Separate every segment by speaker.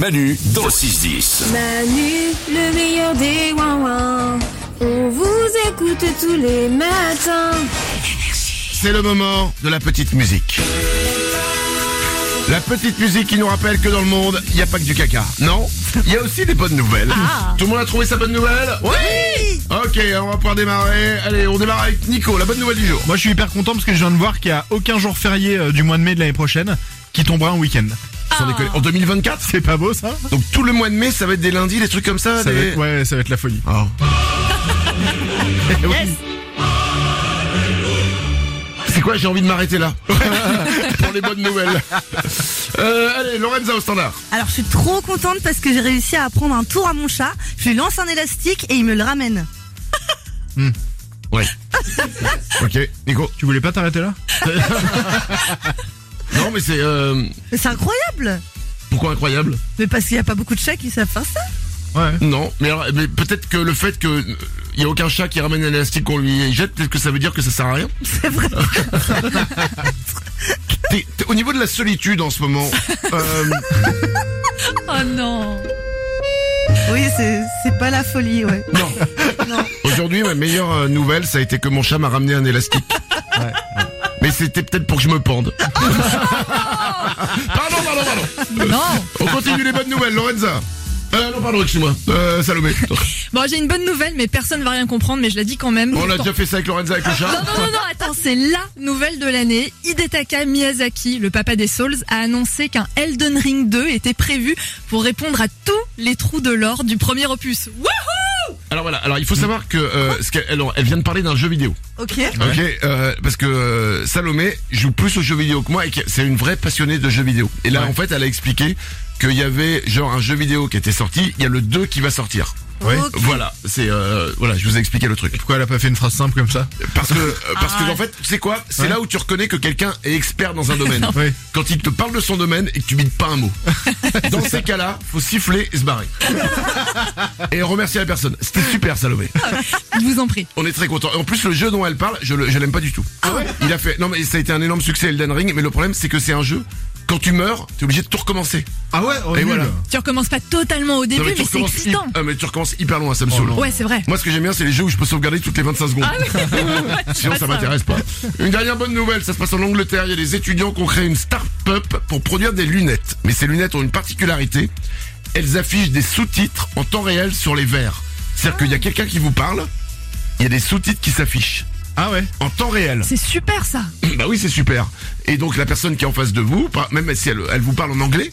Speaker 1: Manu dans le 6-10.
Speaker 2: Manu, le meilleur des ouin On vous écoute tous les matins.
Speaker 3: C'est le moment de la petite musique. La petite musique qui nous rappelle que dans le monde, il n'y a pas que du caca. Non, il y a aussi des bonnes nouvelles. Tout le monde a trouvé sa bonne nouvelle Oui Ok, alors on va pouvoir démarrer. Allez, on démarre avec Nico, la bonne nouvelle du jour.
Speaker 4: Moi je suis hyper content parce que je viens de voir qu'il n'y a aucun jour férié euh, du mois de mai de l'année prochaine qui tombera un week-end.
Speaker 3: Sans déconner. En 2024
Speaker 4: C'est pas beau ça
Speaker 3: Donc tout le mois de mai, ça va être des lundis, des trucs comme ça.
Speaker 4: ça va
Speaker 3: des-
Speaker 4: être, Ouais, ça va être la folie.
Speaker 3: Oh. Eh oui. C'est quoi J'ai envie de m'arrêter là. Pour les bonnes nouvelles. Euh, allez, Lorenza au standard.
Speaker 5: Alors je suis trop contente parce que j'ai réussi à apprendre un tour à mon chat. Je lui lance un élastique et il me le ramène.
Speaker 3: Ouais. ok, Nico.
Speaker 4: Tu voulais pas t'arrêter là
Speaker 3: Non, mais c'est euh,
Speaker 5: Mais c'est incroyable
Speaker 3: pourquoi incroyable
Speaker 5: Mais parce qu'il n'y a pas beaucoup de chats qui savent faire ça.
Speaker 4: Ouais.
Speaker 3: Non, mais, alors, mais peut-être que le fait que euh, y a aucun chat qui ramène un élastique qu'on lui jette, peut-être que ça veut dire que ça sert à rien.
Speaker 5: C'est vrai.
Speaker 3: T'es- t'es- au niveau de la solitude en ce moment, euh,
Speaker 6: Oh non
Speaker 5: Oui, c'est c'est pas la folie, ouais.
Speaker 3: non.
Speaker 5: Non.
Speaker 3: Aujourd'hui, ma meilleure euh, nouvelle, ça a été que mon chat m'a ramené un élastique. Mais c'était peut-être pour que je me pende. pardon, pardon, pardon.
Speaker 6: Non
Speaker 3: On continue les bonnes nouvelles, Lorenza. Euh, non, pardon, excuse-moi. Euh, Salomé.
Speaker 6: Bon, j'ai une bonne nouvelle, mais personne va rien comprendre, mais je la dis quand même.
Speaker 3: On a déjà fait ça avec Lorenza avec le
Speaker 6: Non,
Speaker 3: chat.
Speaker 6: non, non, non, attends, c'est la nouvelle de l'année. Hidetaka Miyazaki, le papa des Souls, a annoncé qu'un Elden Ring 2 était prévu pour répondre à tous les trous de l'or du premier opus. Wouhou
Speaker 3: Alors voilà, alors il faut savoir que euh, ce qu'elle alors, elle vient de parler d'un jeu vidéo.
Speaker 5: Ok.
Speaker 3: Ok, euh, parce que euh, Salomé joue plus aux jeux vidéo que moi et que c'est une vraie passionnée de jeux vidéo. Et là, en fait, elle a expliqué qu'il y avait genre un jeu vidéo qui était sorti, il y a le 2 qui va sortir.
Speaker 4: Ouais.
Speaker 5: Ok.
Speaker 3: Voilà, c'est euh, voilà, je vous ai expliqué le truc.
Speaker 4: Pourquoi elle a pas fait une phrase simple comme ça
Speaker 3: Parce que euh, parce que en fait, c'est quoi C'est
Speaker 4: Ouais.
Speaker 3: là où tu reconnais que quelqu'un est expert dans un domaine.
Speaker 4: Oui.
Speaker 3: Quand il te parle de son domaine et que tu bites pas un mot. Dans ces cas-là, faut siffler et se barrer. et remercier la personne. C'était super Salomé.
Speaker 6: Je vous en prie.
Speaker 3: On est très content. En plus, le jeu dont elle parle, je, le- je l'aime pas du tout.
Speaker 6: Ah
Speaker 3: Il a fait. Non, mais ça a été un énorme succès Elden Ring. Mais le problème, c'est que c'est un jeu. Quand tu meurs, t'es obligé de tout recommencer.
Speaker 4: Ah ouais
Speaker 3: Et voilà.
Speaker 6: Tu recommences pas totalement au début,
Speaker 3: Non,
Speaker 6: mais,
Speaker 3: tu
Speaker 6: c'est
Speaker 3: recommences Ah.
Speaker 6: excitant.
Speaker 3: hy- Ah, mais tu recommences hyper loin, ça me saoule.
Speaker 6: Ouais, c'est vrai.
Speaker 3: Moi, ce que j'aime bien, c'est les jeux où je peux sauvegarder toutes les 25 secondes. Sinon,
Speaker 6: Ah pas
Speaker 3: ça
Speaker 6: ça.
Speaker 3: m'intéresse pas. Une dernière bonne nouvelle, ça se passe en Angleterre. Il y a des étudiants qui ont créé une start-up pour produire des lunettes. Mais ces lunettes ont une particularité. Elles affichent des sous-titres en temps réel sur les verres.
Speaker 6: Ah.
Speaker 3: C'est-à-dire qu'il y a quelqu'un qui vous parle, il y a des sous-titres qui s'affichent
Speaker 4: Ah ouais
Speaker 3: en temps réel.
Speaker 6: C'est super ça.
Speaker 3: Bah oui, c'est super. Et donc la personne qui est en face de vous, par- même si elle, elle vous parle en anglais,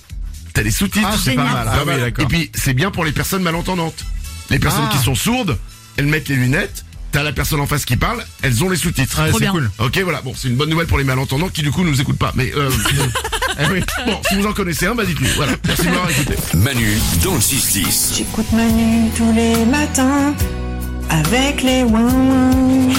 Speaker 3: t'as les sous-titres.
Speaker 4: Ah, c'est pas mal. Ah
Speaker 3: Pas
Speaker 4: oui,
Speaker 3: mal.
Speaker 4: d'accord.
Speaker 3: Et puis c'est bien pour les personnes malentendantes. Les personnes
Speaker 4: Ah.
Speaker 3: qui sont sourdes, elles mettent les lunettes. T'as la personne en face qui parle, elles ont les sous-titres.
Speaker 4: Ouais, Ah,
Speaker 6: Trop
Speaker 4: c'est
Speaker 6: bien.
Speaker 4: cool.
Speaker 3: Ok, voilà. Bon, c'est une bonne nouvelle pour les malentendants qui du coup nous écoutent pas. Mais euh,
Speaker 4: Eh oui.
Speaker 3: bon, si vous en connaissez un, bah dites-nous. Voilà. Merci de m'avoir écouté.
Speaker 1: Manu dans le 6-10.
Speaker 7: J'écoute Manu tous les matins avec les ouin